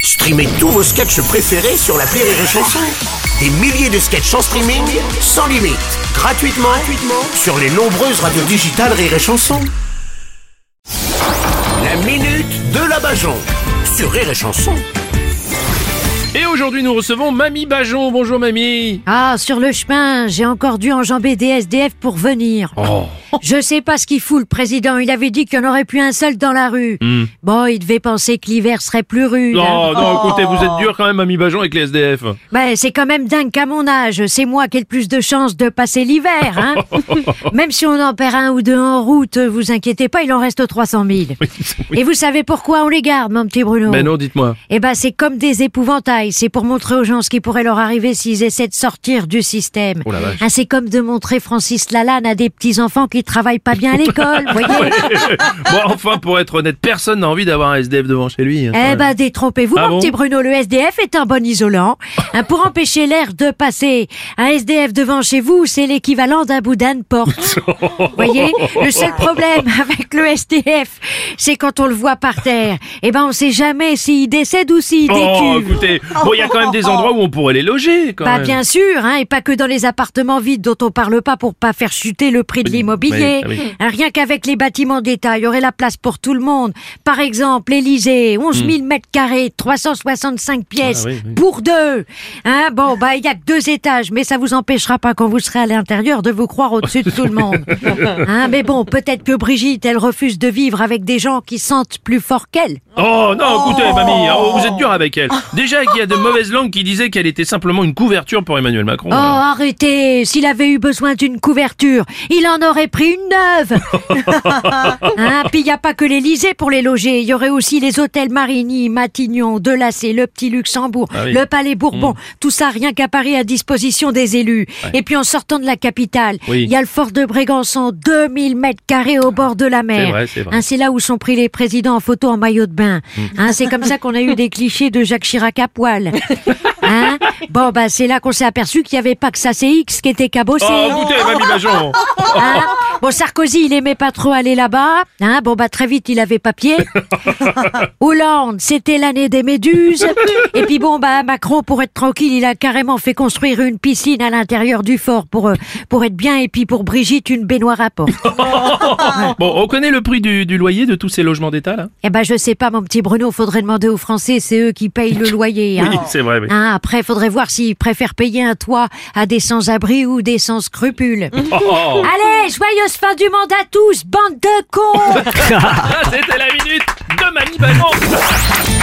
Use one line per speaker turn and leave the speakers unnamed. Streamez tous vos sketchs préférés sur la Rire et Chanson. Des milliers de sketchs en streaming, sans limite, gratuitement, gratuitement sur les nombreuses radios digitales Rire et Chanson. La minute de la Bajon sur Rire et Chanson.
Et aujourd'hui, nous recevons Mamie Bajon. Bonjour, Mamie.
Ah, sur le chemin, j'ai encore dû enjamber des SDF pour venir.
Oh.
Je sais pas ce qu'il fout, le président. Il avait dit qu'il n'y en aurait plus un seul dans la rue. Bon, il devait penser que l'hiver serait plus rude. hein.
Non, non, écoutez, vous êtes dur quand même, Mamie Bajon, avec les SDF.
Ben, c'est quand même dingue qu'à mon âge, c'est moi qui ai le plus de chances de passer l'hiver, hein. même si on en perd un ou deux en route, vous inquiétez pas, il en reste 300 000. Et vous savez pourquoi on les garde, mon petit Bruno
Mais non, dites-moi.
Eh ben, c'est comme des épouvantails. C'est pour montrer aux gens ce qui pourrait leur arriver s'ils essaient de sortir du système.
Oh la vache.
Hein, c'est comme de montrer Francis Lalanne à des petits enfants qui travaillent pas bien à l'école, voyez.
Bon, enfin, pour être honnête, personne n'a envie d'avoir un SDF devant chez lui. hein.
Eh ben, détrompez-vous,
Ah
mon
bon
petit Bruno. Le SDF est un bon isolant. Hein, pour empêcher l'air de passer, un SDF devant chez vous, c'est l'équivalent d'un boudin de porte.
Oh.
voyez, le seul problème avec le SDF, c'est quand on le voit par terre. Eh ben, on sait jamais s'il décède ou s'il
Oh,
décuve.
écoutez, bon, il y a quand même des endroits où on pourrait les loger, quand
Bah
même.
bien sûr, hein, et pas que dans les appartements vides dont on parle pas pour pas faire chuter le prix de
Oui, oui, ah oui.
l'immobilier. Hein, rien qu'avec les bâtiments d'État, il y aurait la place pour tout le monde. Par exemple, l'Élysée, 11 000 mètres carrés, 365 pièces
Hmm. Ah oui, oui.
pour deux. Hein, bon, bah il y a que deux étages, mais ça vous empêchera pas quand vous serez à l'intérieur de vous croire au-dessus de tout le monde. Hein, mais bon, peut-être que Brigitte, elle refuse de vivre avec des gens qui sentent plus fort qu'elle.
Oh, non, écoutez, Mamie, oh, vous êtes dur avec elle. Déjà qu'il y a de mauvaises langues qui disaient qu'elle était simplement une couverture pour Emmanuel Macron.
Oh, arrêtez S'il avait eu besoin d'une couverture, il en aurait pris une neuve hein, Puis il n'y a pas que l'Elysée pour les loger, il y aurait aussi les hôtels Marigny, Matignon, Delacé, le Petit Luxembourg,
Ah oui. Hmm.
le Palais Bourbon, tout ça rien qu'à Paris à disposition des élus. Et puis en sortant de la capitale, il
Oui.
y a le fort de Brégançon, 2000 mètres carrés au bord de la mer.
vrai, c'est vrai.
Hein, c'est là où sont pris les présidents en photo en maillot de bain. Hein, c'est comme ça qu'on a eu des clichés de Jacques Chirac à poil. Hein bon, bah, c'est là qu'on s'est aperçu qu'il n'y avait pas que ça, c'est X qui était cabossé.
Oh, écoutez, Mamie Bajon.
Hein bon, Sarkozy, il aimait pas trop aller là-bas. Hein bon, bah, très vite, il avait papier. Hollande, c'était l'année des méduses. Et puis bon, bah, Macron, pour être tranquille, il a carrément fait construire une piscine à l'intérieur du fort pour, euh, pour être bien. Et puis pour Brigitte, une baignoire à porte.
Bon, on connaît le prix du, du loyer de tous ces logements d'État, là
Eh ben, je sais pas, mon petit Bruno, faudrait demander aux Français, c'est eux qui payent le loyer. Hein.
Oui, c'est vrai, oui.
Hein, après, faudrait voir s'ils préfèrent payer un toit à des sans-abri ou des sans-scrupules.
Oh,
Allez, joyeuse fin du mandat à tous, bande de cons
Ah, C'était la minute de Mamie Bajon.